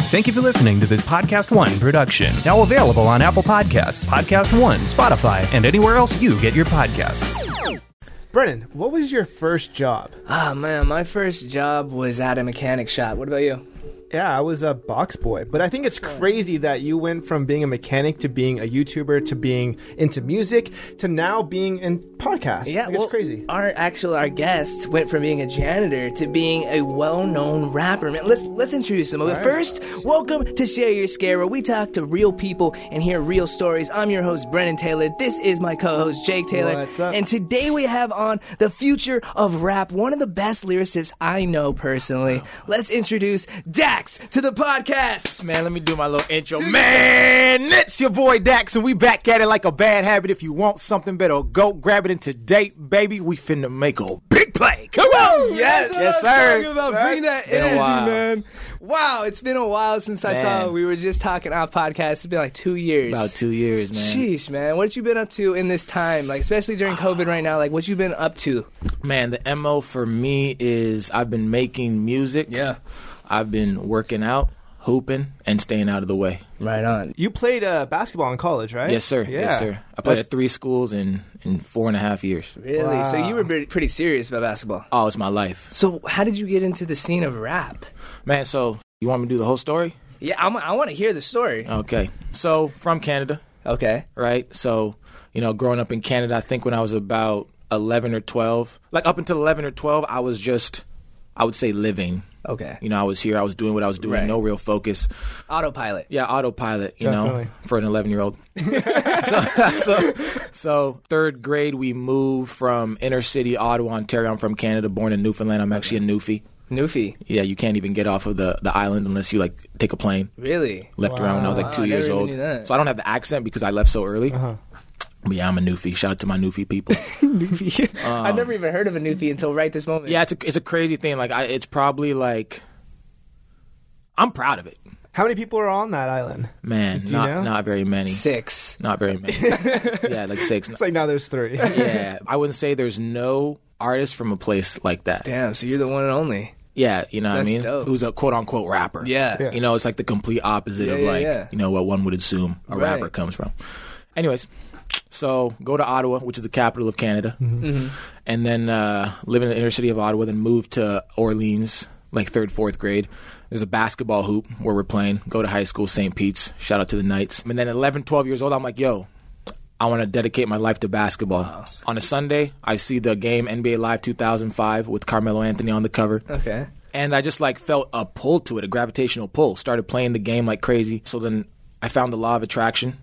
Thank you for listening to this Podcast One production. Now available on Apple Podcasts, Podcast One, Spotify, and anywhere else you get your podcasts. Brennan, what was your first job? Ah, man, my first job was at a mechanic shop. What about you? Yeah, I was a box boy, but I think it's crazy that you went from being a mechanic to being a YouTuber to being into music to now being in podcasts. Like, it's crazy. Our actual our guests went from being a janitor to being a well-known rapper. Man, let's let's introduce them. But first, welcome to Share Your Scare, where we talk to real people and hear real stories. I'm your host Brennan Taylor. This is my co-host Jake Taylor. What's up? And today we have on the future of rap, one of the best lyricists I know personally. Let's introduce Dax to the podcast. Man, let me do my little intro. Man, it's your boy Dax, and we back at it like a bad habit. If you want something better, go grab it. And today, baby, we finna make a big play. Come on! That's what I was talking about. That's- Bring that It's been a energy, while. man. Wow, it's been a while since I saw. Man. We were just talking off podcast. It's been like two years. About two years, man. Sheesh, man. What you been up to in this time? Like, especially during COVID right now. Like, what you been up to? Man, the MO for me is I've been making music. Yeah. I've been working out, hooping, and staying out of the way. Right on. You played uh, basketball in college, right? Yes, sir. Yeah. Yes, sir. I played That's- at three schools in, in four and a half years. Really? So you were pretty, pretty serious about basketball. Oh, it's my life. So how did you get into the scene of rap? Man, so you want me to do the whole story? Yeah, I'm, I want to hear the story. Okay. So, from Canada. Okay. right? So, you know, growing up in Canada, I think when I was about 11 or 12, like up until 11 or 12, I was just, I would say living. Okay. You know, I was here, I was doing what I was doing, Right. no real focus. Autopilot. Yeah, autopilot, you Definitely. know, for an 11 year old. so, so, so, third grade, we moved from inner city Ottawa, Ontario. I'm from Canada, born in Newfoundland. I'm actually a Newfie. Newfie. Yeah, you can't even get off of the, the island unless you like take a plane Really? left around when I was like Wow, two I never years even old. knew that. So I don't have the accent because I left so early. Uh-huh. But yeah, I'm a newfie. Shout out to my newfie people. Newfie. I've never even heard of a Newfie until right this moment. Um. yeah, it's a, it's a crazy thing. Like I, it's probably like I'm proud of it, How many people are on that island? man. you Not know? not very many. Six. Not very many. yeah, like six. It's like now there's three. yeah, I wouldn't say there's no artist from a place like that. Damn. So you're the one and only. Yeah, you know what I That's mean? dope. Who's a quote unquote rapper. Yeah. Yeah. You know, it's like the complete opposite of yeah, like, yeah. you know, what one would assume a Right. rapper comes from. Anyways, so go to Ottawa, which is the capital of Canada, Mm-hmm. and then uh, live in the inner city of Ottawa, then move to Orleans, like third, fourth grade. There's a basketball hoop where we're playing. Go to high school, St. Pete's. Shout out to the Knights. And then 11, 12 years old, I'm like, yo, I want to dedicate my life to basketball. On a Sunday, I see the game NBA Live 2005 with Carmelo Anthony on the cover. Okay. And I just like felt a pull to it, a gravitational pull. Started playing the game like crazy. So then I found the law of attraction.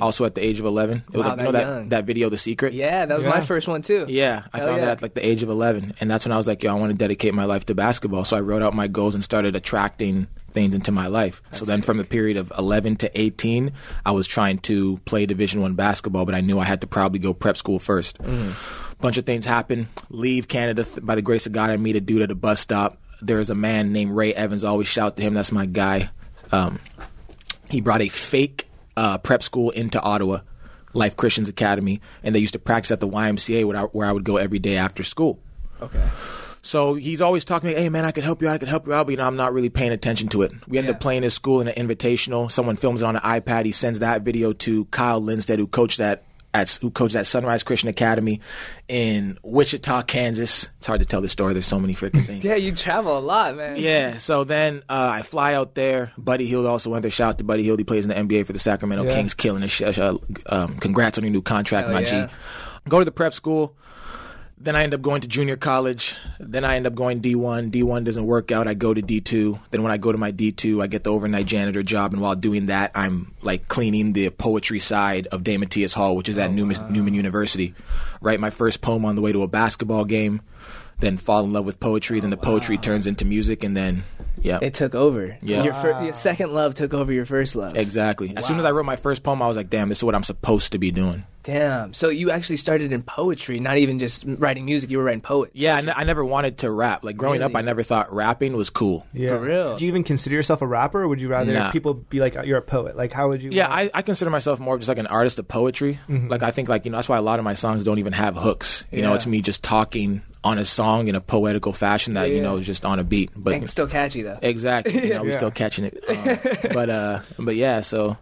Also at the age of 11. It Mm. was Wow, like, you that know that, young. that video, The Secret? Yeah, that was my Yeah. first one too. Yeah, I Hell found yeah. that at like the age of 11. And that's when I was like, yo, I want to dedicate my life to basketball. So I wrote out my goals and started attracting things into my life. so then from the period of 11 to 18, I was trying to play Division 1 basketball, but I knew I had to probably go prep school first. Mm-hmm. Bunch of things happen. Leave Canada Th- by the grace of God, I meet a dude at a bus stop. There is a man named Ray Evans. I always shout to him, that's my guy. Um, he brought a fake uh, prep school into Ottawa, Life Christians Academy, and they used to practice at the YMCA where I, where I would go every day after school. Okay. So he's always talking to me, hey man, I could help you out, I could help you out, but you know, I'm not really paying attention to it. We end Yeah. up playing his school in an invitational. Someone films it on an iPad. He sends that video to Kyle Lindstedt, who coached that at who coached at Sunrise Christian Academy in Wichita, Kansas. It's hard to tell this story. There's so many freaking things. Yeah, you travel a lot, man. Yeah. So then uh, I fly out there. Buddy Hield also went there. Shout out to Buddy Hield. He plays in the NBA for the Sacramento Yeah. Kings, killing his shit. Uh, Um, congrats on your new contract, Hell my yeah. G. Go to the prep school. Then I end up going to junior college. Then I end up going D1. D1 doesn't work out. I go to D2. Then when I go to my D2, I get the overnight janitor job. And while doing that, I'm like cleaning the poetry side of Damon T.S. Hall, which is at Newman, Newman University. Write my first poem on the way to a basketball game. Then fall in love with poetry. Then the poetry turns into music. And then, yeah. It took over. Yeah. Your, fir- your second love took over your first love. Exactly. As soon as I wrote my first poem, I was like, damn, this is what I'm supposed to be doing. Damn. So you actually started in poetry, not even just writing music. You were writing poetry. Yeah, I ne- I never wanted to rap. Like growing up, I never thought rapping was cool. Yeah. For real. Do you even consider yourself a rapper, or would you rather Nah. people be like, "You're a poet"? Like, how would you? Yeah, I, I consider myself more of just like an artist of poetry. Like I think like you know that's why a lot of my songs don't even have hooks. You know, Yeah. it's me just talking on a song in a poetical fashion that you know is just on a beat. But It's still catchy though. exactly, you know, we're still catching it. Um, but uh, but yeah, so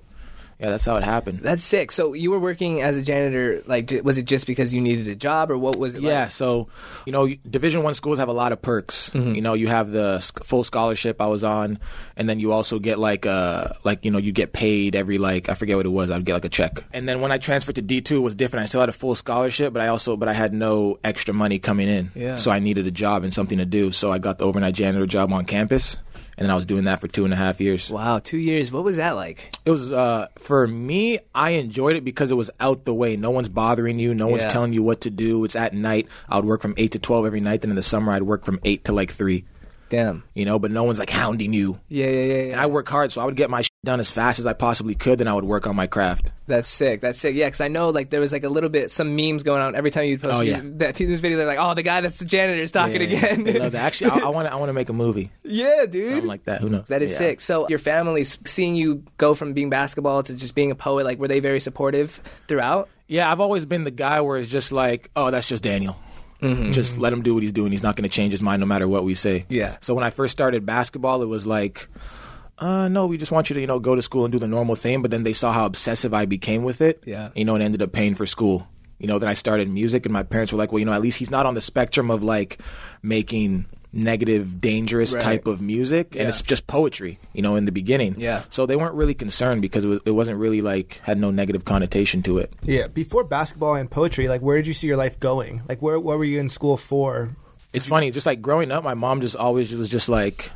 yeah, that's how it happened. That's sick. So you were working as a janitor. Like, j- was it just because you needed a job, or what was it? yeah Like? so you know division one schools have a lot of perks Mm-hmm. you know you have the sc- full scholarship i was on and then you also get like uh like you know you get paid every like i forget what it was i'd get like a check and then when i transferred to d2 it was different i still had a full scholarship but i also but i had no extra money coming in Yeah. so i needed a job and something to do so i got the overnight janitor job on campus and then i was doing that for two and a half years Wow, two years. What was that like? it was uh for me i enjoyed it because it was out the way no one's bothering you no one's Yeah. telling you what to do it's at night i would work from 8 to 12 every night then in the summer i'd work from 8 to like 3 Damn. you know but no one's like hounding you Yeah, yeah, yeah. and i work hard so i would get my shit done as fast as i possibly could then i would work on my craft That's sick. That's sick. Yeah, because I know like there was like a little bit some memes going on every time you post Oh, yeah. that this video. They're like, oh, the guy that's the janitor is talking again. I love that. actually i want to i want to make a movie yeah, dude. something like that who knows that is Yeah. sick. So your family s- seeing you go from being basketball to just being a poet, like were they very supportive throughout? Yeah, I've always been the guy where it's just like, oh, that's just Daniel. Mm-hmm. Just let him do what he's doing. He's not going to change his mind no matter what we say. Yeah. So when I first started basketball, it was like, uh, no, we just want you to, you know, go to school and do the normal thing. But then they saw how obsessive I became with it. Yeah. You know, and ended up paying for school. You know, then I started music, and my parents were like, well, you know, at least he's not on the spectrum of like making negative, dangerous Right. type of music, and it's just poetry. You know, in the beginning. Yeah. So they weren't really concerned because it, was, it wasn't really like had no negative connotation to it. yeah. Before basketball and poetry, like, where did you see your life going? Like, where what were you in school for? It's funny, just like growing up, my mom just always was just like,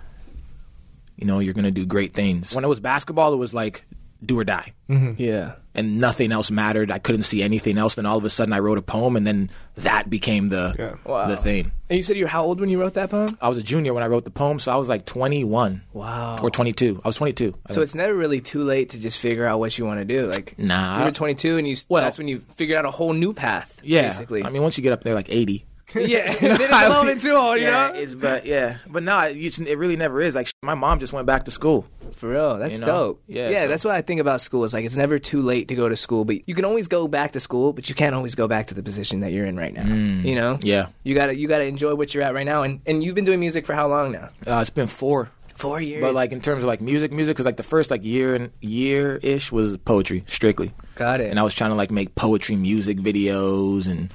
you know, you're gonna do great things. When it was basketball, it was like do or die, Yeah. and nothing else mattered. I couldn't see anything else. Then all of a sudden, I wrote a poem, and then that became the Wow. the thing. And you said you were how old when you wrote that poem? I was a junior when I wrote the poem, so I was like 21 Wow. or 22. I was 22. I So it's never really too late to just figure out what you want to do. Like, Nah. you were 22, and you Well- that's when you figured out a whole new path. yeah. basically. I mean, once you get up there, like 80. yeah, then it's a little bit too old, you yeah, know. it's but yeah, but no, it, it really never is. Like my mom just went back to school. For real, that's You know? dope. Yeah, yeah, so- that's what I think about school. Is like it's never too late to go to school, but you can always go back to school, but you can't always go back to the position that you're in right now. You know? Mm, Yeah. You gotta you gotta enjoy what you're at right now, and and you've been doing music for how long now? Uh, it's been four Four years. But like in terms of like music, music because like the first like year and year ish was poetry strictly, got it. and I was trying to like make poetry music videos and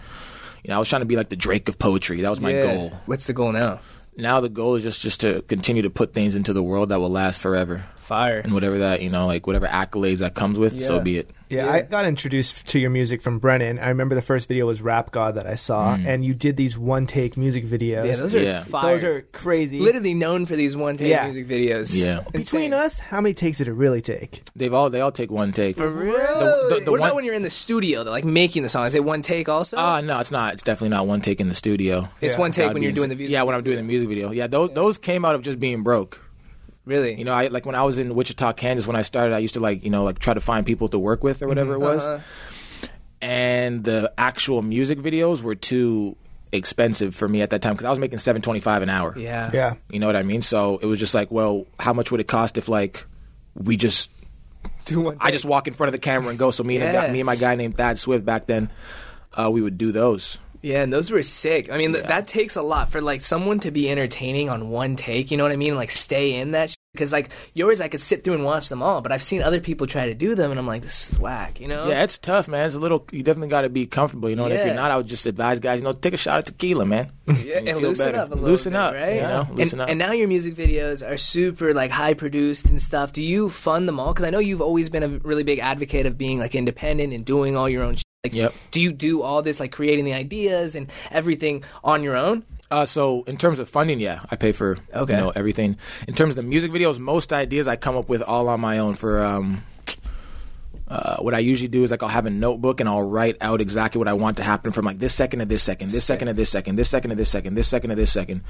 you know I was trying to be like the Drake of poetry. That was my Yeah. goal. What's the goal now? Now the goal is just just to continue to put things into the world that will last forever Fire. and whatever that you know like whatever accolades that comes with, so Yeah. be it. Yeah, I got introduced to your music from Brennan. I remember the first video was Rap God that I saw, and you did these one take music videos. Mm. Yeah, those are Yeah. fire. Those are crazy. literally known for these one take Yeah. music videos. Yeah. Between Insane. us, how many takes did it really take? They've all they all take one take. For real? The- the- the what about one- when you're in the studio, though, like making the song? Is it one take also? Ah, no, it's not. It's definitely not one take in the studio. it's yeah. one take That'd when be you're doing the insane. music. Yeah, when I'm doing the music video. Yeah, those those came out of just being broke. really. You know, I like when I was in Wichita, Kansas, when I started, I used to like, you know, like try to find people to work with or whatever it was. Uh-huh. And the actual music videos were too expensive for me at that time because I was making 725 an hour. yeah. Yeah. You know what I mean? So it was just like, well, how much would it cost if like we just Do one. I just walk in front of the camera and go. So me and a guy, Yeah. me and my guy named Thad Swift back then, uh, we would do those. Yeah, and those were sick. I mean, th- that takes a lot for like someone to be entertaining on one take. You know what I mean? Like stay in that because like yours, I could sit through and watch them all, but I've seen other people try to do them, and I'm like, this is whack. You know? Yeah, it's tough, man. It's a little. You definitely got to be comfortable, you know. And if Yeah. you're not, I would just advise guys, you know, take a shot of tequila, man. Yeah, and, you feel loosen better. up a little Loosen bit, up, right? you know? And- Loosen and, up. now your music videos are super like high produced and stuff. Do you fund them all? Because I know you've always been a really big advocate of being like independent and doing all your own. Sh- like, Yep. do you do all this like creating the ideas and everything on your own? Uh, so in terms of funding, yeah, I pay for Okay. you know everything. In terms of the music videos, most ideas I come up with all on my own. For um, Uh, what I usually do is like I'll have a notebook and I'll write out exactly what I want to happen from like this second to this second, this second to this second, this second to this second, this second to this second,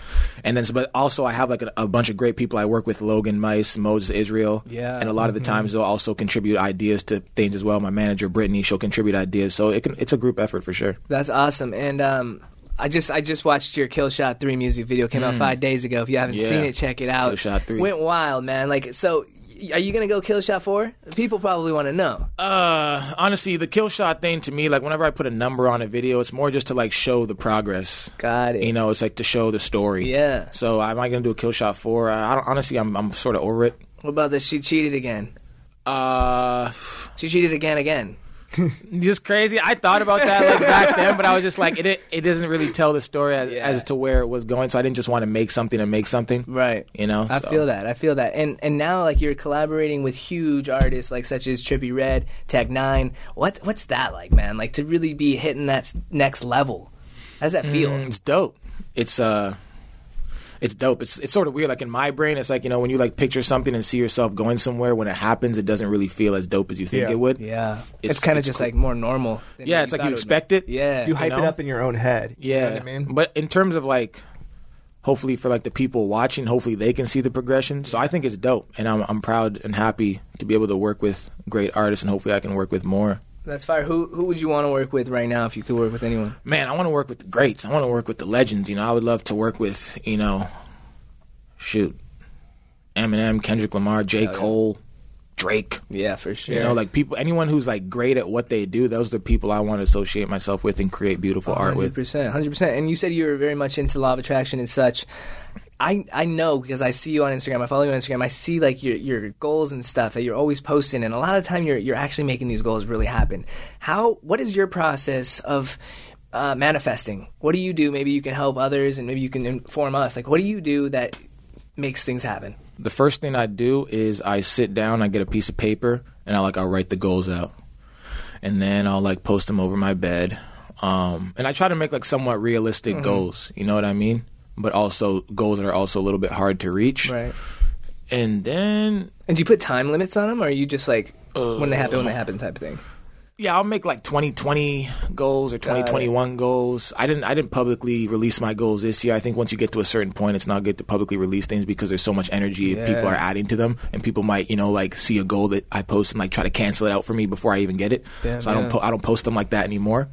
and then but also I have like a, a bunch of great people I work with: Logan, Mice, Moses, Israel, Yeah. mm-hmm. and a lot of the times they'll also contribute ideas to things as well. My manager Brittany, she'll contribute ideas, so it can it's a group effort for sure. That's awesome. And um, I just I just watched your Kill Shot Three music video. Came out five days ago. If you haven't Hmm. Yeah. seen it, check it out. Kill Shot 3. went wild, man. Like so. y- Are you gonna go Kill Shot Four? People probably want to know. Uh, honestly, the kill shot thing to me, like whenever I put a number on a video, it's more just to like show the progress. Got it. You know, it's like to show the story. Yeah. So uh, am I gonna do a kill shot four? I, I don't, honestly, I'm I'm sort of over it. What about this? She cheated again. Uh, She cheated again, again. just crazy. I thought about that like back then, but I was just like, it it doesn't really tell the story as, Yeah. as to where it was going. So I didn't just want to make something to make something. Right. You know. I so. feel that. I feel that. And and now like you're collaborating with huge artists like such as Trippy Red, Tech Nine. What what's that like, man? Like to really be hitting that s- next level. How does that feel? Mm, It's dope. It's uh it's dope. It's it's sort of weird. Like in my brain, it's like you know when you like picture something and see yourself going somewhere. When it happens, it doesn't really feel as dope as you think Yeah. it would. Yeah. It's, It's- kind of it's just cool. like more normal. than Yeah, what it's like thought you would be. expect it. Yeah. You hype know? it up in your own head. You Yeah, know what I mean? but in terms of like, hopefully for like the people watching, hopefully they can see the progression. So I think it's dope, and I'm I'm proud and happy to be able to work with great artists, and hopefully I can work with more. That's fire. Who who would you want to work with right now if you could work with anyone? man, I want to work with the greats. I want to work with the legends. You know, I would love to work with, you know, shoot, Eminem, Kendrick Lamar, J. Cole, Drake. Yeah, for sure. You know, like people, anyone who's like great at what they do, those are the people I want to associate myself with and create beautiful art Hundred with. percent, hundred percent. And you said you were very much into law of attraction and such. I I know because I see you on Instagram. I follow you on Instagram. I see like your your goals and stuff that you're always posting, and a lot of time you're you're actually making these goals really happen. How what is your process of uh, manifesting? What do you do? Maybe you can help others, and maybe you can inform us. Like, what do you do that makes things happen? The first thing I do is I sit down, I get a piece of paper, and I like I'll write the goals out, and then I'll like post them over my bed. Um, and I try to make like somewhat realistic Mm-hmm. goals. You know what I mean? But also goals that are also a little bit hard to reach. And then, And do you put time limits on them, or are you just like when they happen, Uh, when they happen type of thing? yeah, I'll make like 2020 goals or 2021 goals. I didn't I didn't publicly release my goals this year. I think once you get to a certain point, it's not good to publicly release things because there's so much energy if people Yeah. are adding to them, and people might you know like see a goal that I post and like try to cancel it out for me before I even get it. so I don't po- I don't post them like that anymore.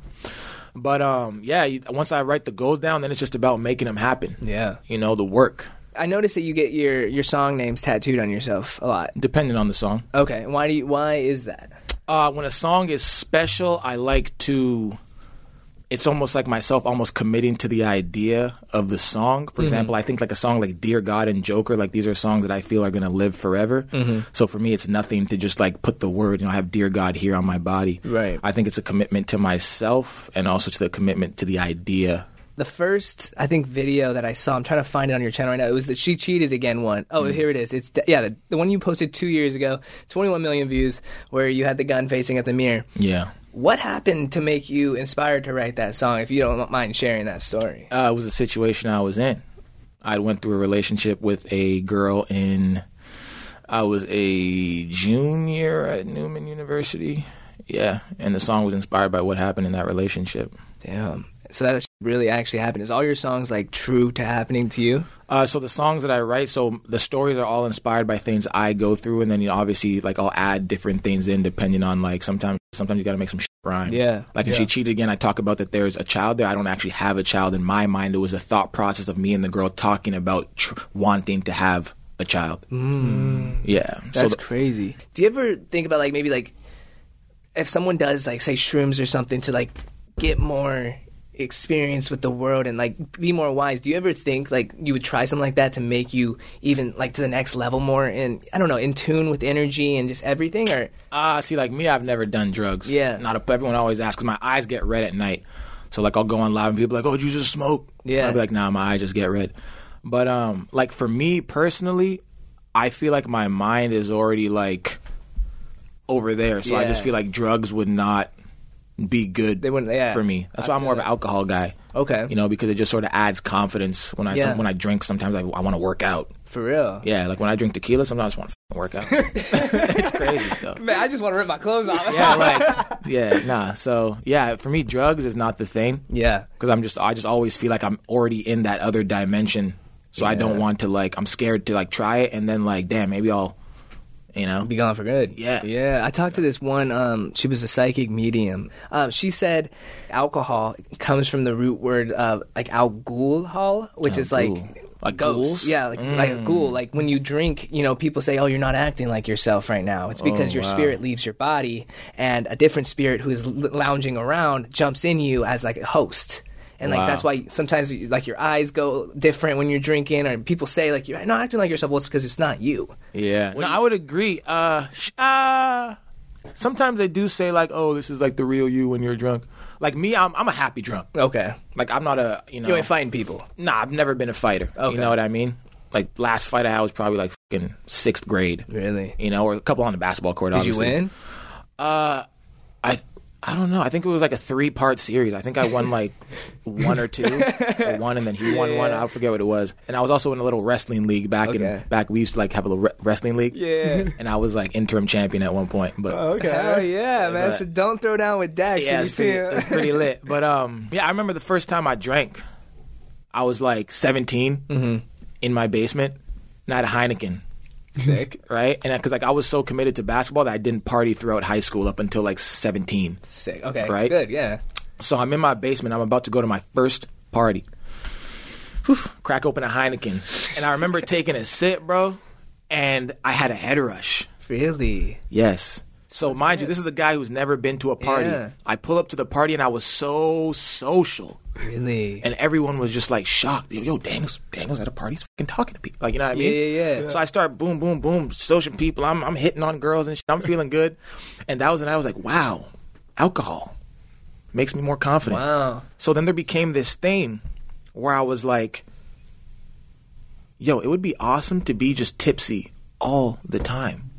But um, yeah, you, once I write the goals down, then it's just about making them happen. Yeah. you know the work I noticed that you get your your song names tattooed on yourself a lot. depending on the song. Okay, and why do you, why is that? uh, when a song is special, I like to. It's almost like myself almost committing to the idea of the song. For example, I think like a song like "Dear God" and "Joker," like these are songs that I feel are gonna live forever. So for me, it's nothing to just like put the word, you know, I have "Dear God" here on my body. Right. I think it's a commitment to myself and also to the commitment to the idea. The first I think video that I saw, I'm trying to find it on your channel right now. It was that she cheated again one. Oh, here it is. It's yeah, the, the one you posted two years ago, 21 million views, where you had the gun facing at the mirror. Yeah. What happened to make you inspired to write that song? If you don't mind sharing that story, uh, it was a situation I was in. I went through a relationship with a girl in. I was a junior at Newman University. Yeah, and the song was inspired by what happened in that relationship. damn. So that really actually happened. Is all your songs like true to happening to you? Uh, so the songs that I write, so the stories are all inspired by things I go through, and then you know, obviously like I'll add different things in depending on like sometimes sometimes you got to make some shit rhyme. Yeah. Like if she cheated again, I talk about that there's a child there. I don't actually have a child in my mind. It was a thought process of me and the girl talking about tr- wanting to have a child. Yeah. Mm. That's so the- crazy. Do you ever think about like maybe like if someone does like say shrooms or something to like get more experience with the world and like be more wise? Do you ever think like you would try something like that to make you even like to the next level more and I don't know in tune with energy and just everything? Or Ah, see, like me, I've never done drugs. Yeah. Not a, everyone always asks. 'cause My eyes get red at night, so like I'll go on live and people be like, "Oh, did you just smoke?" Yeah. I'll be like, "Nah, my eyes just get red." But um, like for me personally, I feel like my mind is already like over there, so I Yeah. just feel like drugs would not be good. They wouldn't- yeah. for me. That's why I'm more of an alcohol guy. Okay. You know, because it just sort of adds confidence when I Yeah. when I drink. Sometimes I, I want to work out. for real? Yeah, like when I drink tequila, sometimes I just want to work out. it's crazy. So Man, I just want to rip my clothes off. yeah, like yeah, nah. So yeah, for me, drugs is not the thing. Yeah. because I'm just I just always feel like I'm already in that other dimension. So I don't want to like I'm scared to like try it and then like damn maybe I'll you know be gone for good. Yeah. yeah. I talked to this one. Um, she was a psychic medium. Um, she said alcohol comes from the root word of like alcohol, which is like. Alcohol. Like ghosts. ghouls? Mm. yeah, like, like a ghoul. Like when you drink, you know, people say, "Oh, you're not acting like yourself right now." It's Oh, because your spirit leaves your body, and a different spirit who is l- lounging around jumps in you as like a host. And like Wow. that's why sometimes you- like your eyes go different when you're drinking, or people say like you're not acting like yourself. Well, it's because it's not you. yeah no I would agree uh sh- uh sometimes they do say like oh this is like the real you when you're drunk like me I'm I'm a happy drunk Okay, like I'm not a you know you ain't fighting people. nah I've never been a fighter Okay. you know what I mean like last fight I had was probably like fucking sixth grade Really? you know or a couple on the basketball court Did you win? I I don't know. I think it was like a three part series. I think I won like one or two, or one, and then he won one. I forget what it was. And I was also in a little wrestling league back Okay. in back. We used to like have a little re- wrestling league. Yeah. Oh, And I was like interim champion at one point. But Okay. Hell yeah, man. but- So don't throw down with Dax. yeah, if you it's see uh, pretty, him. it's pretty lit. But um, yeah, I remember the first time I drank. I was like 17 Mm-hmm. in my basement, and I had a Heineken. Sick. Right, and because like I was so committed to basketball that I didn't party throughout high school up until like seventeen. Sick. Okay. Right? Good. Yeah. So I'm in my basement. I'm about to go to my first party. Whew, crack open a Heineken, and I remember taking a sip, bro, and I had a head rush. Really? Yes. So mind you, this is a guy who's never been to a party. Yeah. I pull up to the party, and I was so social, Really? and everyone was just like shocked. Yo, yo Daniel's Daniel's at a party. He's fucking talking to people. Like you know what I mean? yeah, yeah. So I start boom, boom, boom, social people. I'm I'm hitting on girls and shit. I'm feeling good, and that was and I was like, wow, alcohol makes me more confident. wow. So then there became this thing where I was like, yo, it would be awesome to be just tipsy all the time.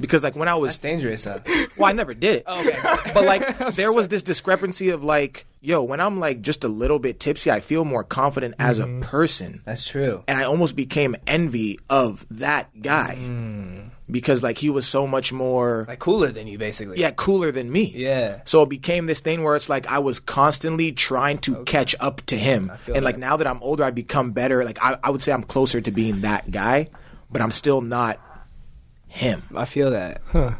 because like when I was It's dangerous, huh? well, I never did it. Okay. but like there was this discrepancy of like, yo, when I'm like just a little bit tipsy, I feel more confident as a person. That's true. And I almost became envy of that guy. Mm. Because like he was so much more Like cooler than you, basically. yeah, cooler than me. Yeah. So it became this thing where it's like I was constantly trying to catch up to him. feel And like that. now that I'm older, I become better. Like I, I would say I'm closer to being that guy, but I'm still not him. I feel that. That's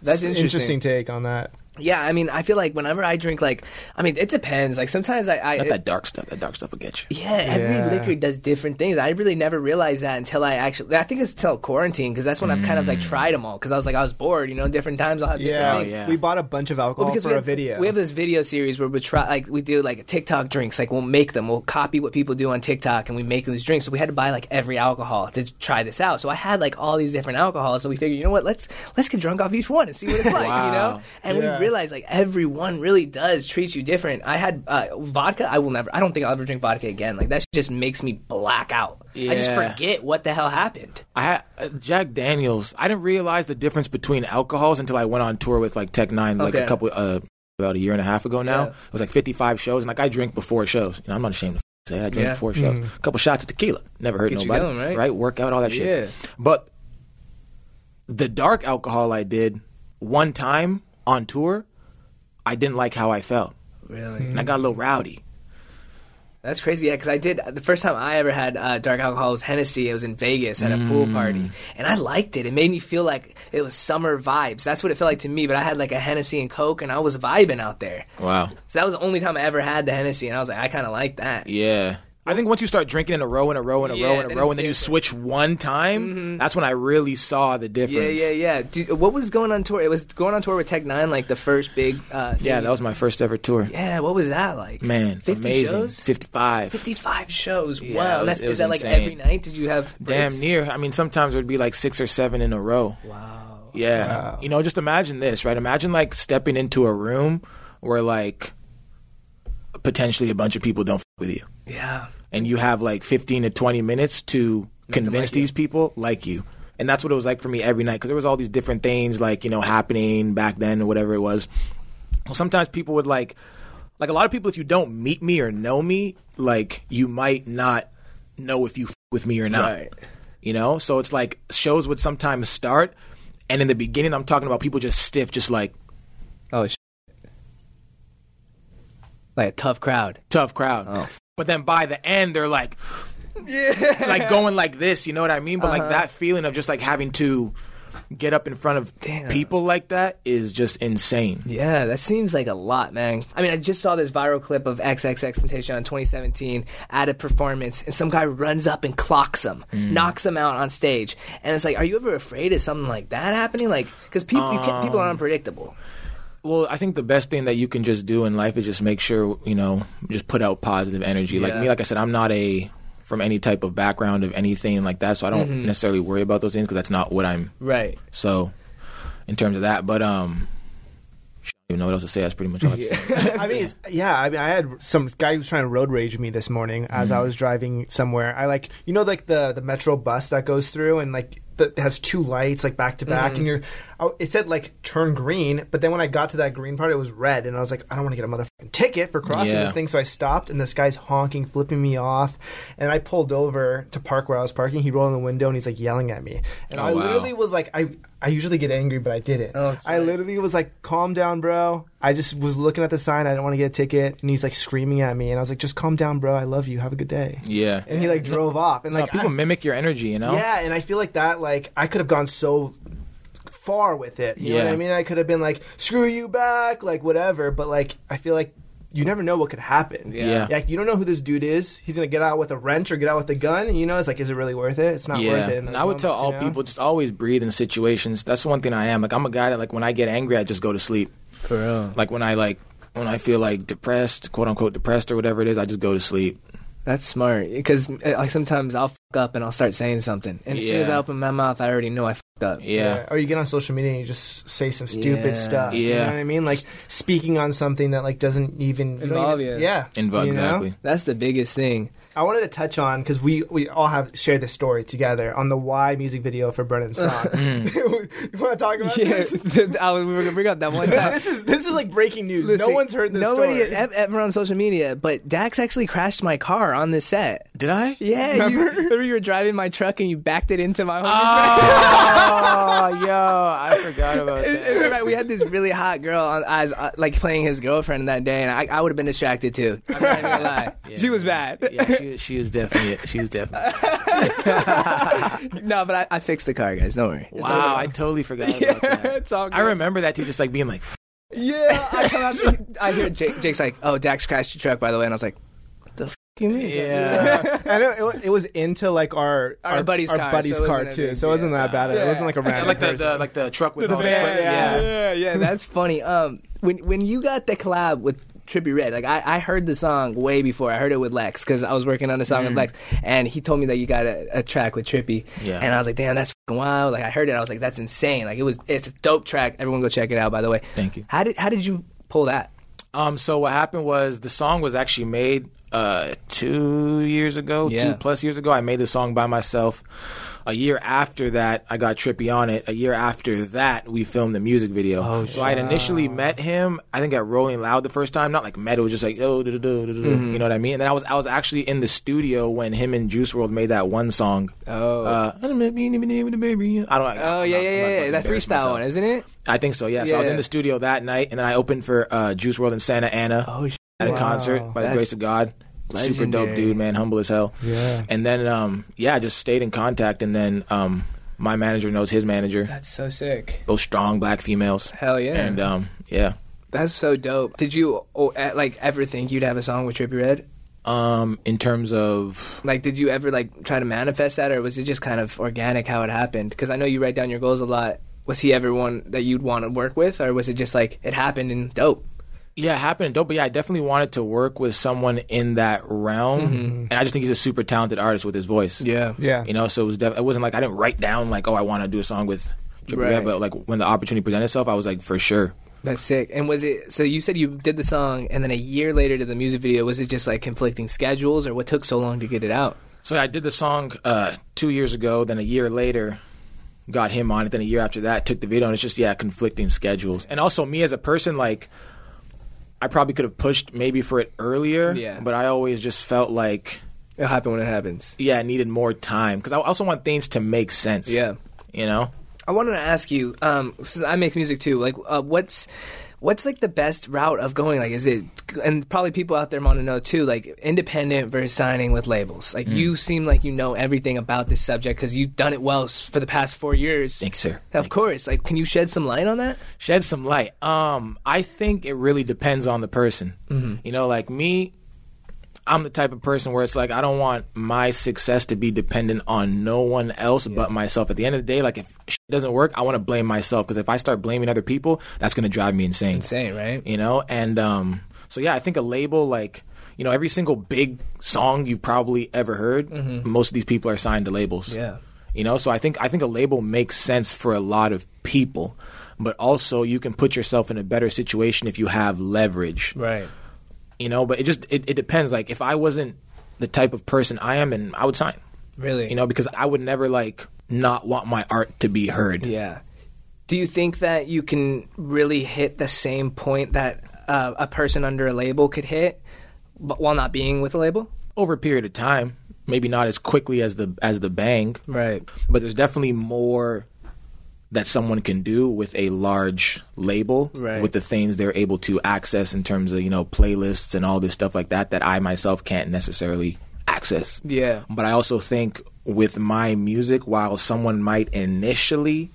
That's interesting. interesting take on that. Yeah, I mean, I feel like whenever I drink, like, I mean, it depends. Like sometimes I, I Not that dark stuff. That dark stuff will get you. Yeah, every Yeah. liquor does different things. I really never realized that until I actually. I think it's till quarantine because that's when I've kind of like tried them all because I was like I was bored, you know. Different times I'll have different Yeah, things. Mm. yeah. we bought a bunch of alcohol for we a have, video. We have this video series where we try, like, we do like TikTok drinks. Like, we'll make them. We'll copy what people do on TikTok, and we make these drinks. So we had to buy like every alcohol to try this out. So I had like all these different alcohols. So we figured, you know what? Let's let's get drunk off each one and see what it's like. You know? Wow. And Yeah. we realized like everyone really does treat you different. I had uh, vodka. I will never. I don't think I'll ever drink vodka again. Like that shit just makes me black out. I just Yeah. forget what the hell happened. I had uh, Jack Daniels. I didn't realize the difference between alcohols until I went on tour with like Tech Nine, like Okay. a couple, uh, about a year and a half ago now. Yeah. It was like 55 shows, and like I drink before shows. You know, I'm not ashamed to f- say it. I drink Yeah. before shows. A couple shots of tequila. Never hurt Get you nobody. going, right? Right? Workout, all that shit. Yeah. But the dark alcohol I did one time on tour, I didn't like how I felt. Really. And I got a little rowdy. That's crazy, yeah. Because I did the first time I ever had uh, dark alcohol was Hennessy. It was in Vegas at a Mm. pool party, and I liked it. It made me feel like it was summer vibes. That's what it felt like to me. But I had like a Hennessy and Coke, and I was vibing out there. Wow. So that was the only time I ever had the Hennessy, and I was like, I kind of like that. Yeah. I think once you start drinking in a row and a row and a Yeah, row and a then row it's and then you different. Mm-hmm. switch one time, that's when I really saw the Yeah, difference. yeah, yeah. Dude, what was going on tour? It was going on tour with Tech Nine, like the first big. Uh, thing. Yeah, that was my first ever tour. Yeah, what was that like? Man, 50 amazing. shows? 55. fifty-five shows. Yeah, wow, it was- that's, it is was that like insane. every night? Did you have Damn breaks? near. I mean, sometimes it would be like six or seven in a row. Wow. Yeah. You know, just imagine this, right? Imagine like stepping into a room where like potentially a bunch of people don't f- with you. Yeah. and you have like 15 to 20 minutes to convince these people like you and that's what it was like for me every night because there was all these different things like you know happening back then or whatever it was well, sometimes people would like like a lot of people if you don't meet me or know me like you might not know if you f- with me or not Right. you you know? So it's like shows would sometimes start, and in the beginning, I'm talking about people just stiff, just like Oh, sh- like a tough crowd. tough crowd. Oh. But then by the end, they're like, like going like this. You know what I mean? But Uh-huh. like that feeling of just like having to get up in front of people like that is just insane. Yeah, that seems like a lot, man. I mean, I just saw this viral clip of XXXTentacion in 2017 at a performance, and some guy runs up and clocks him, knocks him out on stage, and it's like, are you ever afraid of something like that happening? Like, because people you can't, people are unpredictable. Well, I think the best thing that you can just do in life is just make sure you know, just put out positive energy. Like Yeah. me, like I said, I'm not a from any type of background of anything like that, so I don't Mm-hmm. necessarily worry about those things because that's not what I'm. Right. So, in terms of that, but um, I don't even know what else to say. That's pretty much all I have to say. I mean, it's- yeah. I mean, I had some guy who was trying to road rage me this morning as Mm-hmm. I was driving somewhere. I like, you know, like the the metro bus that goes through and like that has two lights like back to Mm-hmm. back, and you're. I, it said like turn green, but then when I got to that green part, it was red, and I was like, I don't want to get a motherfucking ticket for crossing Yeah. this thing, so I stopped, and this guy's honking, flipping me off, and I pulled over to park where I was parking. He rolled in the window and he's like yelling at me, and Oh, I wow. literally was like, I I usually get angry, but I didn't. Oh, that's I right. literally was like, calm down, bro. I just was looking at the sign. I didn't want to get a ticket. And he's like screaming at me. And I was like, just calm down, bro. I love you. Have a good day. Yeah, And he like drove off. And No, like, people I- mimic your energy, you know. yeah. And I feel like that, like, I could have gone so far with it. You know what Yeah. I mean? I could have been like, screw you back, like, whatever. But like, I feel like you never know what could happen. Yeah. Like, you don't know who this dude is. He's going to get out with a wrench or get out with a gun. And you know, it's like, is it really worth it? It's not worth it. in And those I would tell all moments, you know? people just always breathe in situations. That's one thing I am. Like I'm a guy that like when I get angry, I just go to sleep. For real. Like when I like when I feel like depressed, quote unquote depressed or whatever it is, I just go to sleep. That's smart. Because like sometimes I'll fuck up and I'll start saying something, and as soon as I Yeah. open my mouth, I already know I fucked up. Yeah. Or you get on social media and you just say some stupid Yeah. stuff. You Yeah. know what I mean? Like speaking on something that like doesn't even you don't Involve even- you. Yeah. Invo- you know? exactly. That's the biggest thing. I wanted to touch on because we we all have shared this story together on the Why music video for Brennan's song. Mm. you want to talk about Yeah, this? I was- we were gonna bring up that one time. this is this is like breaking news. Listen, no one's heard this. Nobody story. ev- ever on social media, but Dax actually crashed my car on this set. Did I? Yeah, you, remember you were driving my truck and you backed it into my. homie's Oh, yo, I forgot about It- that. It's right. We had this really hot girl on, as uh, like playing his girlfriend that day, and I, I would have been distracted too. I'm not gonna lie, she was bad. Yeah, she, she was definitely she was definitely. no, but I, I fixed the car, guys. Don't worry. It's all Wow, I totally forgot about good. that. it's all good. I remember that too, just like being like, Yeah, I come out. to- I hear Jake, Jake's like, "Oh, Dax crashed your truck," by the way, and I was like, "What the f- you mean?" yeah. I know it, it was into like our Our buddy's car, so it wasn't a too, big so it wasn't that bad. It Yeah. wasn't like a I random. like uh, the, person. the like the truck with all the van, equipment. yeah. yeah, yeah, that's funny. Um, when when you got the collab with Trippy Red, like I, I heard the song way before I heard it with Lex because I was working on the song with Lex, and he told me that you got a, a track with Trippy, Yeah. and I was like, damn, that's fing wild. Like I heard it, I was like, that's insane. Like it was, it's a dope track. Everyone go check it out. By the way, Thank you. How did how did you pull that? Um, so what happened was the song was actually made uh, two years ago, Yeah. two plus years ago. I made the song by myself. A year after that, I got Trippy on it. A year after that, we filmed the music video. Oh, so I had initially met him, I think at Rolling Loud the first time. Not like met, it was just like oh, do, do, do, do, do, Mm-hmm. you know what I mean. And then I was I was actually in the studio when him and Juice World made that one song. Oh. uh, I don't know, me, me, me, me, baby. I don't. Oh yeah, yeah, yeah, yeah. that freestyle one one, isn't it? I think so. Yeah. So I was Yeah. in the studio that night, and then I opened for uh, Juice World in Santa Ana Oh, sh- at a wow. concert by the That's grace of God. Super dope legendary. dude, man. Humble as hell. Yeah. And then, um, yeah, I just stayed in contact, and then um, my manager knows his manager. That's so sick. Both strong black females. Hell yeah. And um, yeah. That's so dope. Did you oh, eh, like ever think you'd have a song with Trippy Red? Um, in terms of Like, did you ever like try to manifest that, or was it just kind of organic how it happened? Because I know you write down your goals a lot. Was he ever one that you'd want to work with, or was it just like it happened and dope? Yeah, it happened in dope. But yeah, I definitely wanted to work with someone in that realm, and I just think he's a super talented artist with his voice. Mm-hmm. Yeah, yeah. you know. So it was. Def- it wasn't like I didn't write down like, oh, I want to do a song with Triple Right. Red, but like when the opportunity presented itself, I was like, for sure. that's sick. And was it so? You said you did the song, and then a year later to the music video. Was it just like conflicting schedules, or what took so long to get it out? So I did the song uh, two years ago. Then a year later, got him on it. Then a year after that, took the video, and it's just yeah, conflicting schedules. And also me as a person, like I probably could have pushed maybe for it earlier. Yeah. But I always just felt like It'll happen when it happens. yeah, I needed more time because I also want things to make sense. Yeah. you know, I wanted to ask you, um, since I make music too, like, uh, what's what's like the best route of going? Like, is it and probably people out there want to know too, like independent versus signing with labels. Like, Mm. you seem like you know everything about this subject because you've done it well s- for the past four years. Thanks, sir. Of Thanks. course. Like, can you shed some light on that? shed some light. Um, I think it really depends on the person. You know, like me, I'm the type of person where it's like I don't want my success to be dependent on no one else but myself. At the end of the day, like if shit doesn't work, I want to blame myself because if I start blaming other people, that's going to drive me insane. Insane, right? You know, and um, so yeah, I think a label like you know every single big song you've probably ever heard, most of these people are signed to labels. Mm-hmm. Yeah. You know, so I think I think a label makes sense for a lot of people, but also you can put yourself in a better situation if you have leverage Right. you know but it just it, it depends like if i wasn't the type of person i am and i would sign Really. you know because i would never like not want my art to be heard Yeah. Do you think that you can really hit the same point that uh, a person under a label could hit, but while not being with a label? over a period of time maybe not as quickly as the as the bang Right. but there's definitely more that someone can do with a large label Right. with the things they're able to access in terms of you know playlists and all this stuff like that that i myself can't necessarily access Yeah. but I also think with my music, while someone might initially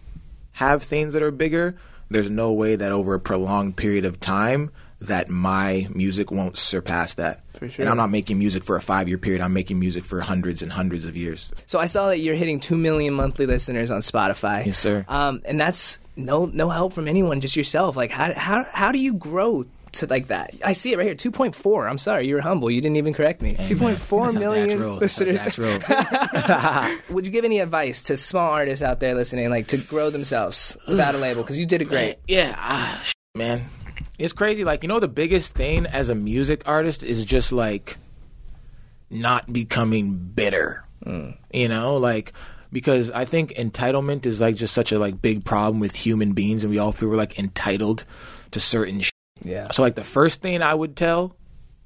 have things that are bigger, there's no way that over a prolonged period of time that my music won't surpass that. For sure. And I'm not making music for a five year period. I'm making music for hundreds and hundreds of years. So I saw that you're hitting two million monthly listeners on Spotify. Yes, sir. Um, and that's no no help from anyone, just yourself. Like how how how do you grow to like that? I see it right here, two point four. I'm sorry, you were humble. You didn't even correct me. Two point four That's how million Dax rolls. That's how listeners. Dax rolls. Would you give any advice to small artists out there listening, like to grow themselves without a label? Because you did it great. yeah, ah, sh- man. It's crazy. Like, you know, the biggest thing as a music artist is just like not becoming bitter. Hmm. You know, like because I think entitlement is like just such a like big problem with human beings, and we all feel we're like entitled to certain shit. Yeah. So like the first thing I would tell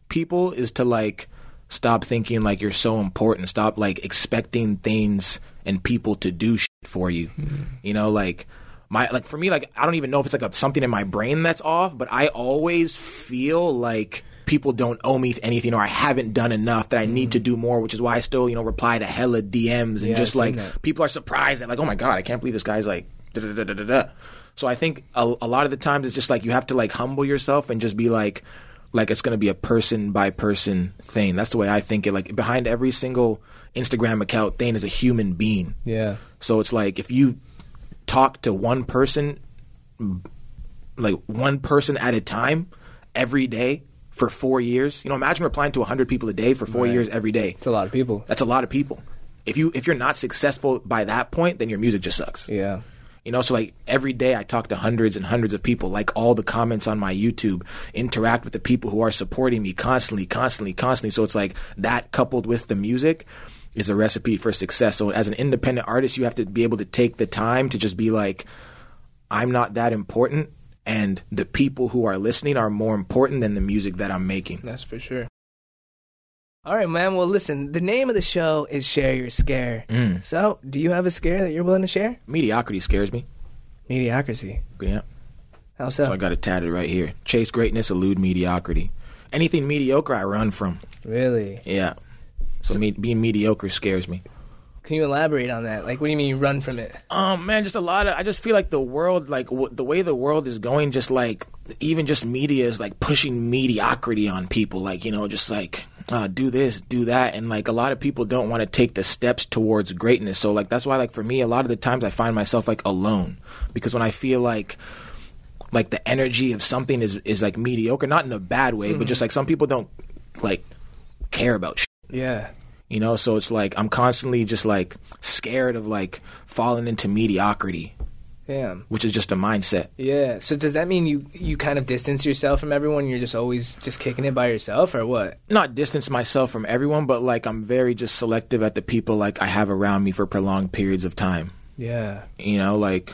people is to like stop thinking like you're so important. Stop like expecting things and people to do shit for you. Hmm. You know, like my like for me like I don't even know if it's like a, something in my brain that's off, but I always feel like people don't owe me anything or I haven't done enough that I need to do more, which is why I still, you know, reply to hella DMs and Mm. Yeah, just I've like seen that. people are surprised at like, oh my god, I can't believe this guy's like da da da da da. da. So I think a, a lot of the times it's just like you have to like humble yourself and just be like, like it's gonna be a person by person thing. That's the way I think it. Like behind every single Instagram account thing is a human being. Yeah. So it's like if you talk to one person, like one person at a time, every day for four years. You know, imagine replying to hundred people a day for four years every day. It's a lot of people. That's a lot of people. If you if you're not successful by that point, then your music just sucks. Yeah. You know, so like every day I talk to hundreds and hundreds of people, like all the comments on my YouTube, interact with the people who are supporting me constantly, constantly, constantly. So it's like that coupled with the music is a recipe for success. So as an independent artist, you have to be able to take the time to just be like, I'm not that important. And the people who are listening are more important than the music that I'm making. That's for sure. All right, man. Well, listen, the name of the show is Share Your Scare. Mm. So, do you have a scare that you're willing to share? Mediocrity scares me. Mediocrity. Yeah. How so? So I got it tatted right here. Chase greatness, elude mediocrity. Anything mediocre, I run from. really? Yeah. So me, being mediocre scares me. Can you elaborate on that? Like, what do you mean you run from it? Um, man, just a lot of. I just feel like the world, like w- the way the world is going, just like even just media is like pushing mediocrity on people. Like you know, just like uh, do this, do that, and like a lot of people don't want to take the steps towards greatness. So like that's why, like for me, a lot of the times I find myself like alone because when I feel like like the energy of something is is like mediocre, not in a bad way, but just like some people don't like care about shit Yeah. you know so it's like i'm constantly just like scared of like falling into mediocrity Damn. which is just a mindset Yeah. So does that mean you you kind of distance yourself from everyone? You're just always just kicking it by yourself, or what? not distance myself from everyone but like i'm very just selective at the people like i have around me for prolonged periods of time Yeah. you know like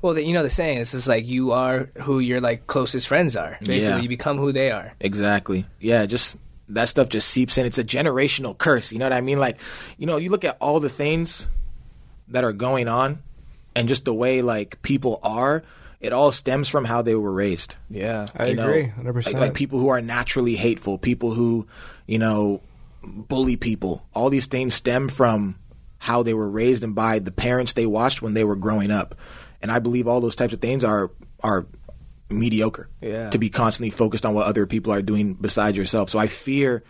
Well, the, you know the saying. It's just like you are who your like closest friends are. Basically, Yeah. you become who they are. exactly yeah just that stuff just seeps in. It's a generational curse. You know what I mean? Like, you know, you look at all the things that are going on and just the way like people are, it all stems from how they were raised. Yeah. I you know? agree, Like, 100%. like people who are naturally hateful, people who, you know, bully people. All these things stem from how they were raised and by the parents they watched when they were growing up. And I believe all those types of things are are mediocre. Yeah. To be constantly focused on what other people are doing besides yourself. So I fear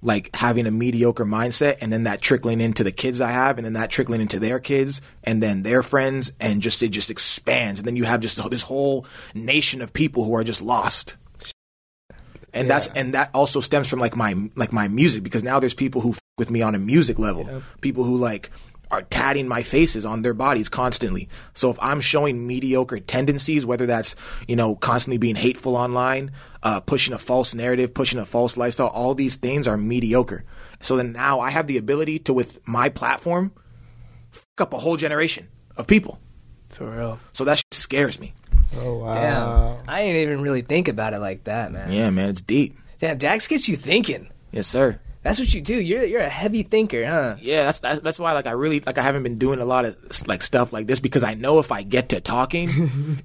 like having a mediocre mindset and then that trickling into the kids I have and then that trickling into their kids and then their friends and just it just expands and then you have just this whole nation of people who are just lost and that's and that also stems from like my like my music because now there's people who f- with me on a music level people who like are tatting my faces on their bodies constantly so if i'm showing mediocre tendencies whether that's you know constantly being hateful online uh, pushing a false narrative pushing a false lifestyle all these things are mediocre so then now i have the ability to with my platform f- up a whole generation of people For real. Uh, so that shit scares me Oh wow. Damn. I didn't even really think about it like that, man. yeah man it's deep Damn, Dax gets you thinking. yes sir That's what you do. You're you're a heavy thinker, huh? yeah that's, that's that's why like i really like i haven't been doing a lot of like stuff like this because i know if i get to talking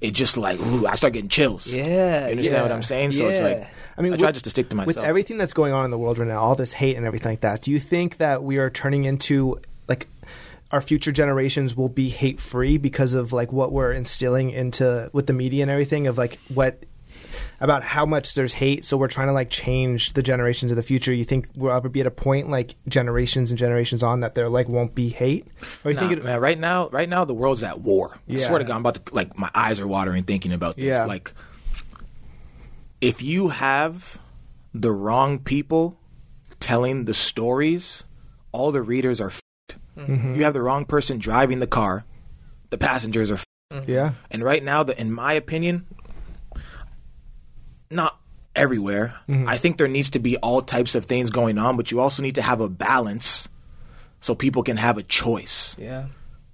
it just like ooh i start getting chills Yeah, you understand yeah, what i'm saying so it's yeah. like I mean, i try with- just to stick to With myself everything that's going on in the world right now, all this hate and everything like that, do you think that we are turning into like our future generations will be hate free because of like what we're instilling into with the media and everything of like what about how much there's hate so we're trying to like change the generations of the future you think we'll ever be at a point like generations and generations on that there like won't be hate or you Nah, think it, man, right now, right now, the world's at war. I Yeah. swear to God, I'm about to like my eyes are watering thinking about this. Yeah. Like, if you have the wrong people telling the stories, all the readers are. F***ed. Mm-hmm. You have the wrong person driving the car, the passengers are. F***ed. yeah And right now, the, in my opinion, not everywhere. I think there needs to be all types of things going on, but you also need to have a balance so people can have a choice Yeah.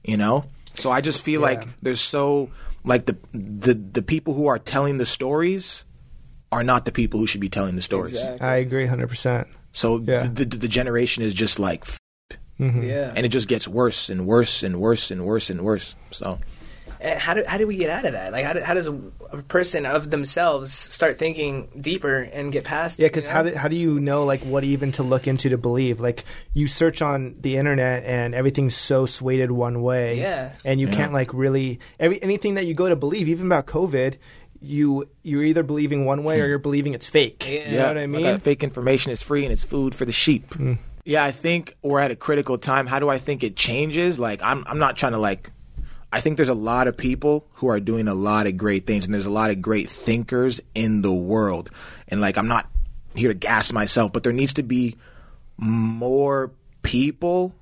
you know so i just feel like there's so like the the the people who are telling the stories are not the people who should be telling the stories i agree 100% so Yeah. the, the the generation is just like f- Yeah. and it just gets worse and worse and worse and worse and worse so And eh, how do how do we get out of that? Like, how, do, how does a a person of themselves start thinking deeper and get past? Yeah, because you know? how do, how do you know like what even to look into to believe? Like you search on the internet and everything's so swayed one way. Yeah. and you can't like really every anything that you go to believe, even about COVID, you you're either believing one way or you're believing it's fake. Hmm. Yeah. You know what I Like mean? that fake information is free and it's food for the sheep. Yeah, I think we're at a critical time. How do I think it changes? Like, I'm I'm not trying to like. I think there's a lot of people who are doing a lot of great things, and there's a lot of great thinkers in the world. And like, I'm not here to gas myself, but there needs to be more people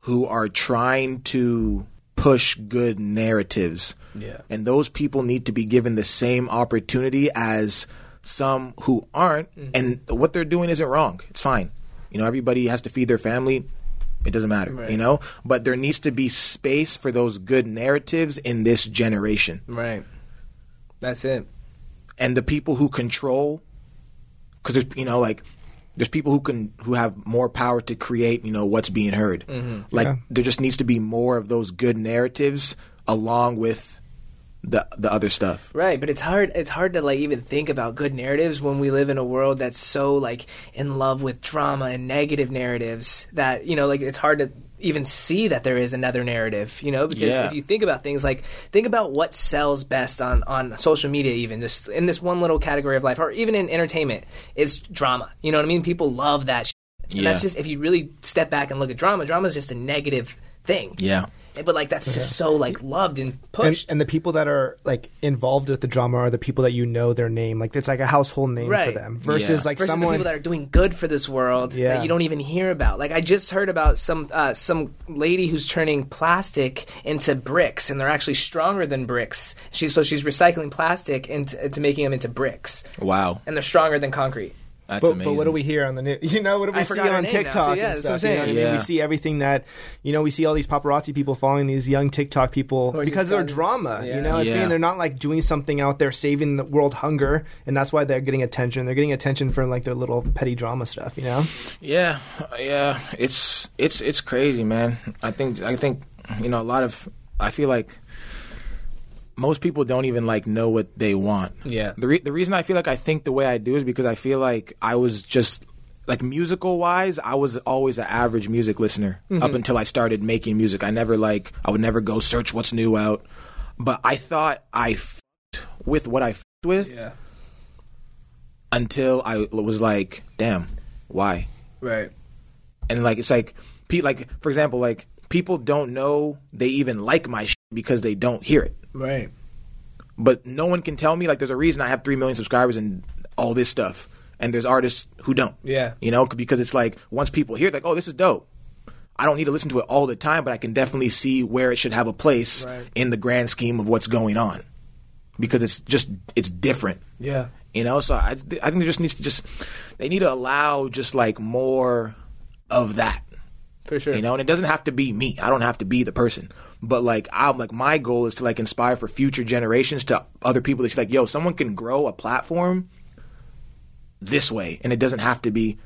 who are trying to push good narratives. Yeah. And those people need to be given the same opportunity as some who aren't and what they're doing isn't wrong. It's fine. You know, everybody has to feed their family. It doesn't matter, you know? But there needs to be space for those good narratives in this generation. Right. That's it. And the people who control because there's you know like there's people who can who have more power to create you know what's being heard like there just needs to be more of those good narratives along with the the other stuff Right, but it's hard. It's hard to like even think about good narratives when we live in a world that's so like in love with drama and negative narratives that you know, like it's hard to even see that there is another narrative. You know, because Yeah. if you think about things like think about what sells best on on social media, even just in this one little category of life, or even in entertainment, it's drama. You know what I mean? People love that. Shit. And Yeah. that's just if you really step back and look at drama, drama is just a negative thing. yeah But like that's just so like loved and and, pushed. and the people that are like involved with the drama are the people that you know their name. Like it's like a household name Right. for them versus Yeah. like versus someone. the people that are doing good for this world Yeah. that you don't even hear about. Like I just heard about some uh, some lady who's turning plastic into bricks, and they're actually stronger than bricks. She so she's recycling plastic into, into making them into bricks, wow and they're stronger than concrete. That's but, amazing. but what do we hear on the news? You know, what do we I see forgot her on name now, TikTok? too. and Yeah, that's what I'm stuff, you know saying. I mean? Yeah. We see everything that, you know, we see all these paparazzi people following these young TikTok people Who are because just of their done- drama. Yeah. You know, it's Yeah. being, they're not like doing something out there saving the world hunger, and that's why they're getting attention. They're getting attention for like their little petty drama stuff. You know, Yeah, yeah, it's it's it's crazy, man. I think I think you know a lot of I feel like most people don't even like know what they want. Yeah. The re- the reason I feel like I think the way I do is because I feel like I was just like musical wise, I was always an average music listener Mm-hmm. up until I started making music. I never like I would never go search what's new out, but I thought I f- with what I f- with Yeah. until I was like, damn, why? Right. and like it's like pe- like for example like people don't know they even like my shit because they don't hear it Right. but no one can tell me like there's a reason i have 3 million subscribers and all this stuff and there's artists who don't Yeah. you know because it's like once people hear it like oh this is dope i don't need to listen to it all the time but i can definitely see where it should have a place Right. in the grand scheme of what's going on because it's just it's different Yeah. you know so i, I think there just needs to just they need to allow just like more of that For sure. you know, and it doesn't have to be me. I don't have to be the person. But like I'm like my goal is to like inspire for future generations to other people that's like, yo, someone can grow a platform this way and it doesn't have to be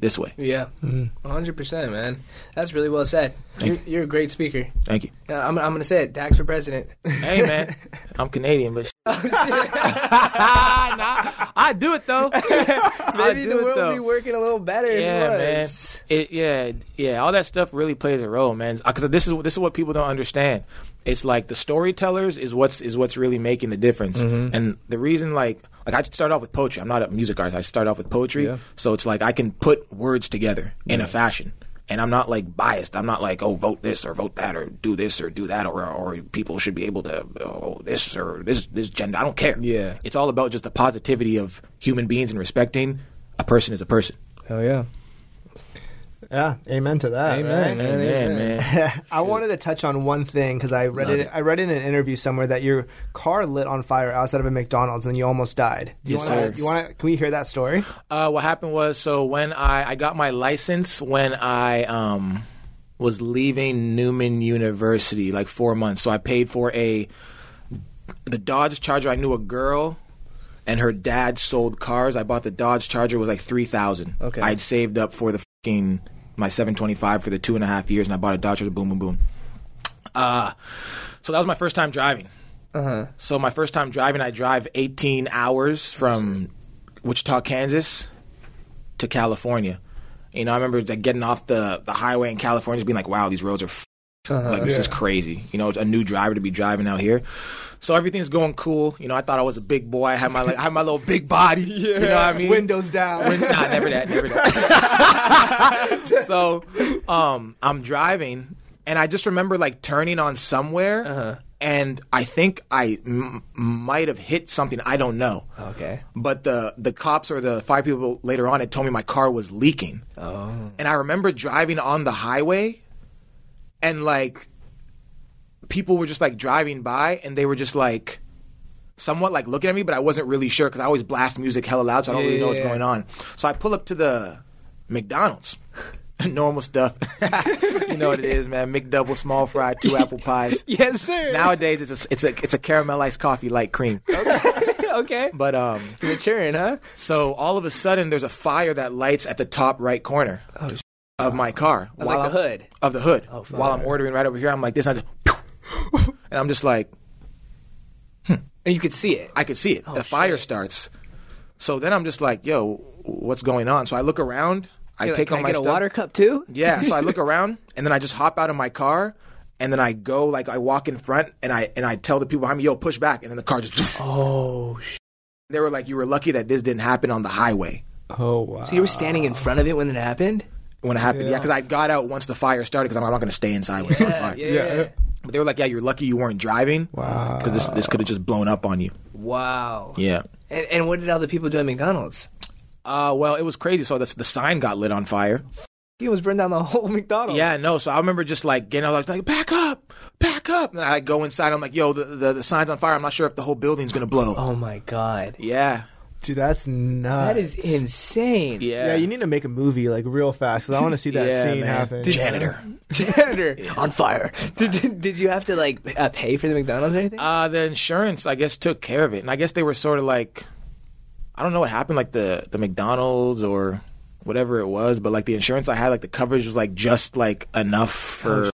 this way. Yeah. 100%, man. That's really well said. You're, you're a great speaker. Thank you. Uh, I'm, I'm going to say it. Dax for president. Hey man, I'm Canadian, but Oh, I do it though. Maybe the world would be working a little better yeah, if it man. was. It, yeah, yeah. All that stuff really plays a role, man. Because this is this is what people don't understand. It's like the storytellers is what's is what's really making the difference. And the reason, like, like I start off with poetry. I'm not a music artist. I start off with poetry, so it's like I can put words together in a fashion. And I'm not like biased. I'm not like, oh, vote this or vote that or do this or do that or, or people should be able to oh this or this this gender. I don't care. Yeah. it's all about just the positivity of human beings and respecting a person is a person. Hell yeah. yeah, amen to that. right? Amen, man. I wanted to touch on one thing because I read it, I read in an interview somewhere that your car lit on fire outside of a McDonald's and you almost died. Do you Yes, wanna, sir. You want to? Can we hear that story? uh, what happened was, so when I, I got my license, when I um, was leaving Newman University, like four months, so I paid for a the Dodge Charger. I knew a girl, and her dad sold cars. I bought the Dodge Charger. It was like three thousand. Okay. I'd saved up for the fucking my seven twenty five for the two and a half years, and I bought a Dodge Charger. Boom, boom, boom. Uh, so that was my first time driving. So my first time driving, I drive 18 hours from Wichita, Kansas, to California. You know, I remember like, getting off the, the highway in California, just being like, "Wow, these roads are f- like this is crazy." You know, it's a new driver to be driving out here. So everything's going cool. You know, I thought I was a big boy. I had my like, I had my little big body. You know what I mean? Windows down. Win- nah, never that, never that. so, um, I'm driving, and I just remember like turning on somewhere, and I think I m- might have hit something. I don't know. Okay. But the the cops or the five people later on had told me my car was leaking, Oh. and I remember driving on the highway, and like people were just like driving by, and they were just like. Somewhat like looking at me, but I wasn't really sure because I always blast music hella loud, so I don't Yeah, really know yeah, what's yeah. going on. So I pull up to the McDonald's, normal stuff. you know what it is, man. McDouble, small fry, two apple pies. Yes, sir. Nowadays, it's a it's a it's a caramelized coffee light cream. okay. But um, Maturing, huh? so all of a sudden, there's a fire that lights at the top right corner Oh, of my car. Like the hood. Of the hood. Oh, fuck. While I'm ordering right over here, I'm like this, and, I just- and I'm just like, And you could see it. I could see Oh, it. the fire starts. So then I'm just like, yo, what's going on? So I look around. I You're like, take "Can on I my get stuff. a water cup too? Yeah, so I look around and then I just hop out of my car and then I go like I walk in front and I and I tell the people behind me, "Yo, push back." And then the car just Oh, sh- They were like, "You were lucky that this didn't happen on the highway." Oh wow. so you were standing in front of it when it happened? When it happened, yeah, because I got out once the fire started because I'm, I'm not going to stay inside when it's on fire. yeah. But they were like, "Yeah, you're lucky you weren't driving." Wow. Because this this could have just blown up on you. Wow. Yeah. And, and what did other people do at McDonald's? Uh, well, it was crazy. So that's the sign got lit on fire. He was burned down the whole Oh. McDonald's. Yeah, no. So I remember just like getting out, I was like, back up, back up. And I Oh. like, go inside. I'm like, yo, the, the, the sign's on fire. I'm not sure if the whole building's going to blow. Oh my Oh god. Yeah. Dude, that's nuts. That is insane. Yeah. you need to make a movie like real fast because I want to see that Yeah, scene man. happen. Janitor. Janitor on fire. Did, did, did you have to like uh, pay for the McDonald's or anything? Uh, the insurance, I guess, took care of it, and I guess they were sort of like, I don't know what happened, like the the McDonald's or whatever it was, but like the insurance I had, like the coverage was like just like enough for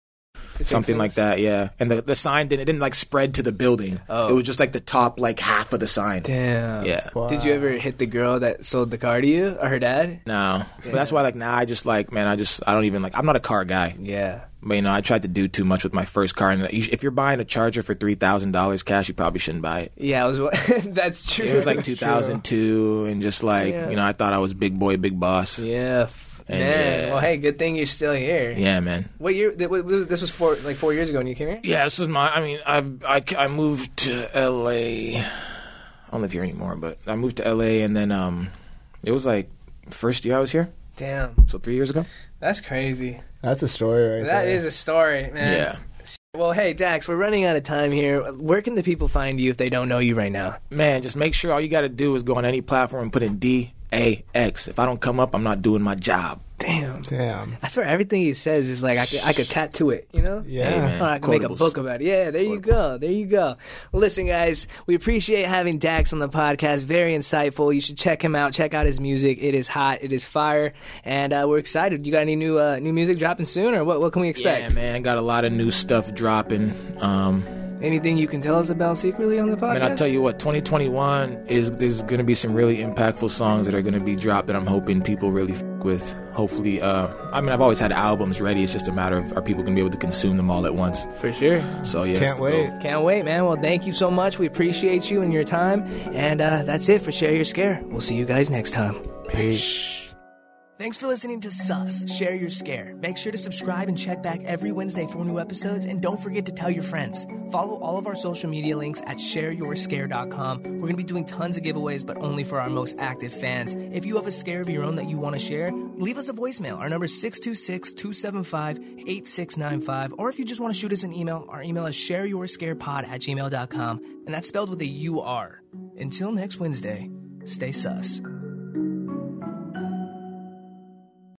something like that, yeah. And the the sign didn't it didn't like spread to the building. It was just like the top like half of the sign. Damn. Yeah. Did you ever hit the girl that sold the car to you or her dad? No, but that's why like now I just like man, I just I don't even like I'm not a car guy. Yeah. But you know, I tried to do too much with my first car, and you- if you're buying a Charger for three thousand dollars cash, you probably shouldn't buy it. Yeah, I was. wa- that's true. It was like 2002, and just like Yeah. you know, I thought I was big boy, big boss. Yeah, Yeah. f- And, Man. yeah. Well, hey, good thing you're still here. man. What year? th- what- This was four, like four years ago when you came here. Yeah, this is my. I mean, I've, I c- I moved to L.A. I don't live here anymore, but I moved to L.A. and then um, it was like first year I was here, Damn, so three years ago. that's crazy. That's a story right That there. is a story, man. Yeah. Well, hey Dax, we're running out of time here. Where can the people find you if they don't know you right now? man, just make sure all you got to do is go on any platform and put in D A X. If I don't come up, I'm not doing my job. Damn. Damn. I swear everything he says is like I could, I could tattoo it, you know? Yeah. Hey, man. Or I can make a Quotables. book about it. Yeah, there you go. There you go. Well, listen, guys, we appreciate having Dax on the podcast. Very insightful. You should check him out. Check out his music. It is hot. It is fire. And uh, we're excited. You got any new uh, new music dropping soon, or what? What can we Yeah, expect? man, got a lot of new stuff dropping. Um, Anything you can tell us about secretly on the podcast? and I'll tell you what, 2021 is there's going to be some really impactful songs that are going to be dropped that I'm hoping people really f- with. Hopefully, uh, I mean, I've always had albums ready. It's just a matter of are people going to be able to consume them all at once. for sure. So yeah, it's Can't the wait. goal. Can't wait, man. Well, thank you so much. We appreciate you and your time. And uh, that's it for Share Your Scare. We'll see you guys next time. Peace. Thanks for listening to Sus, Share Your Scare. Make sure to subscribe and check back every Wednesday for new episodes. And don't forget to tell your friends. Follow all of our social media links at shareyourscare.com. We're going to be doing tons of giveaways, but only for our most active fans. If you have a scare of your own that you want to share, leave us a voicemail. Our number is 626 275 8695. Or if you just want to shoot us an email, our email is shareyourscarepod at gmail.com. And that's spelled with a U R. Until next Wednesday, stay sus.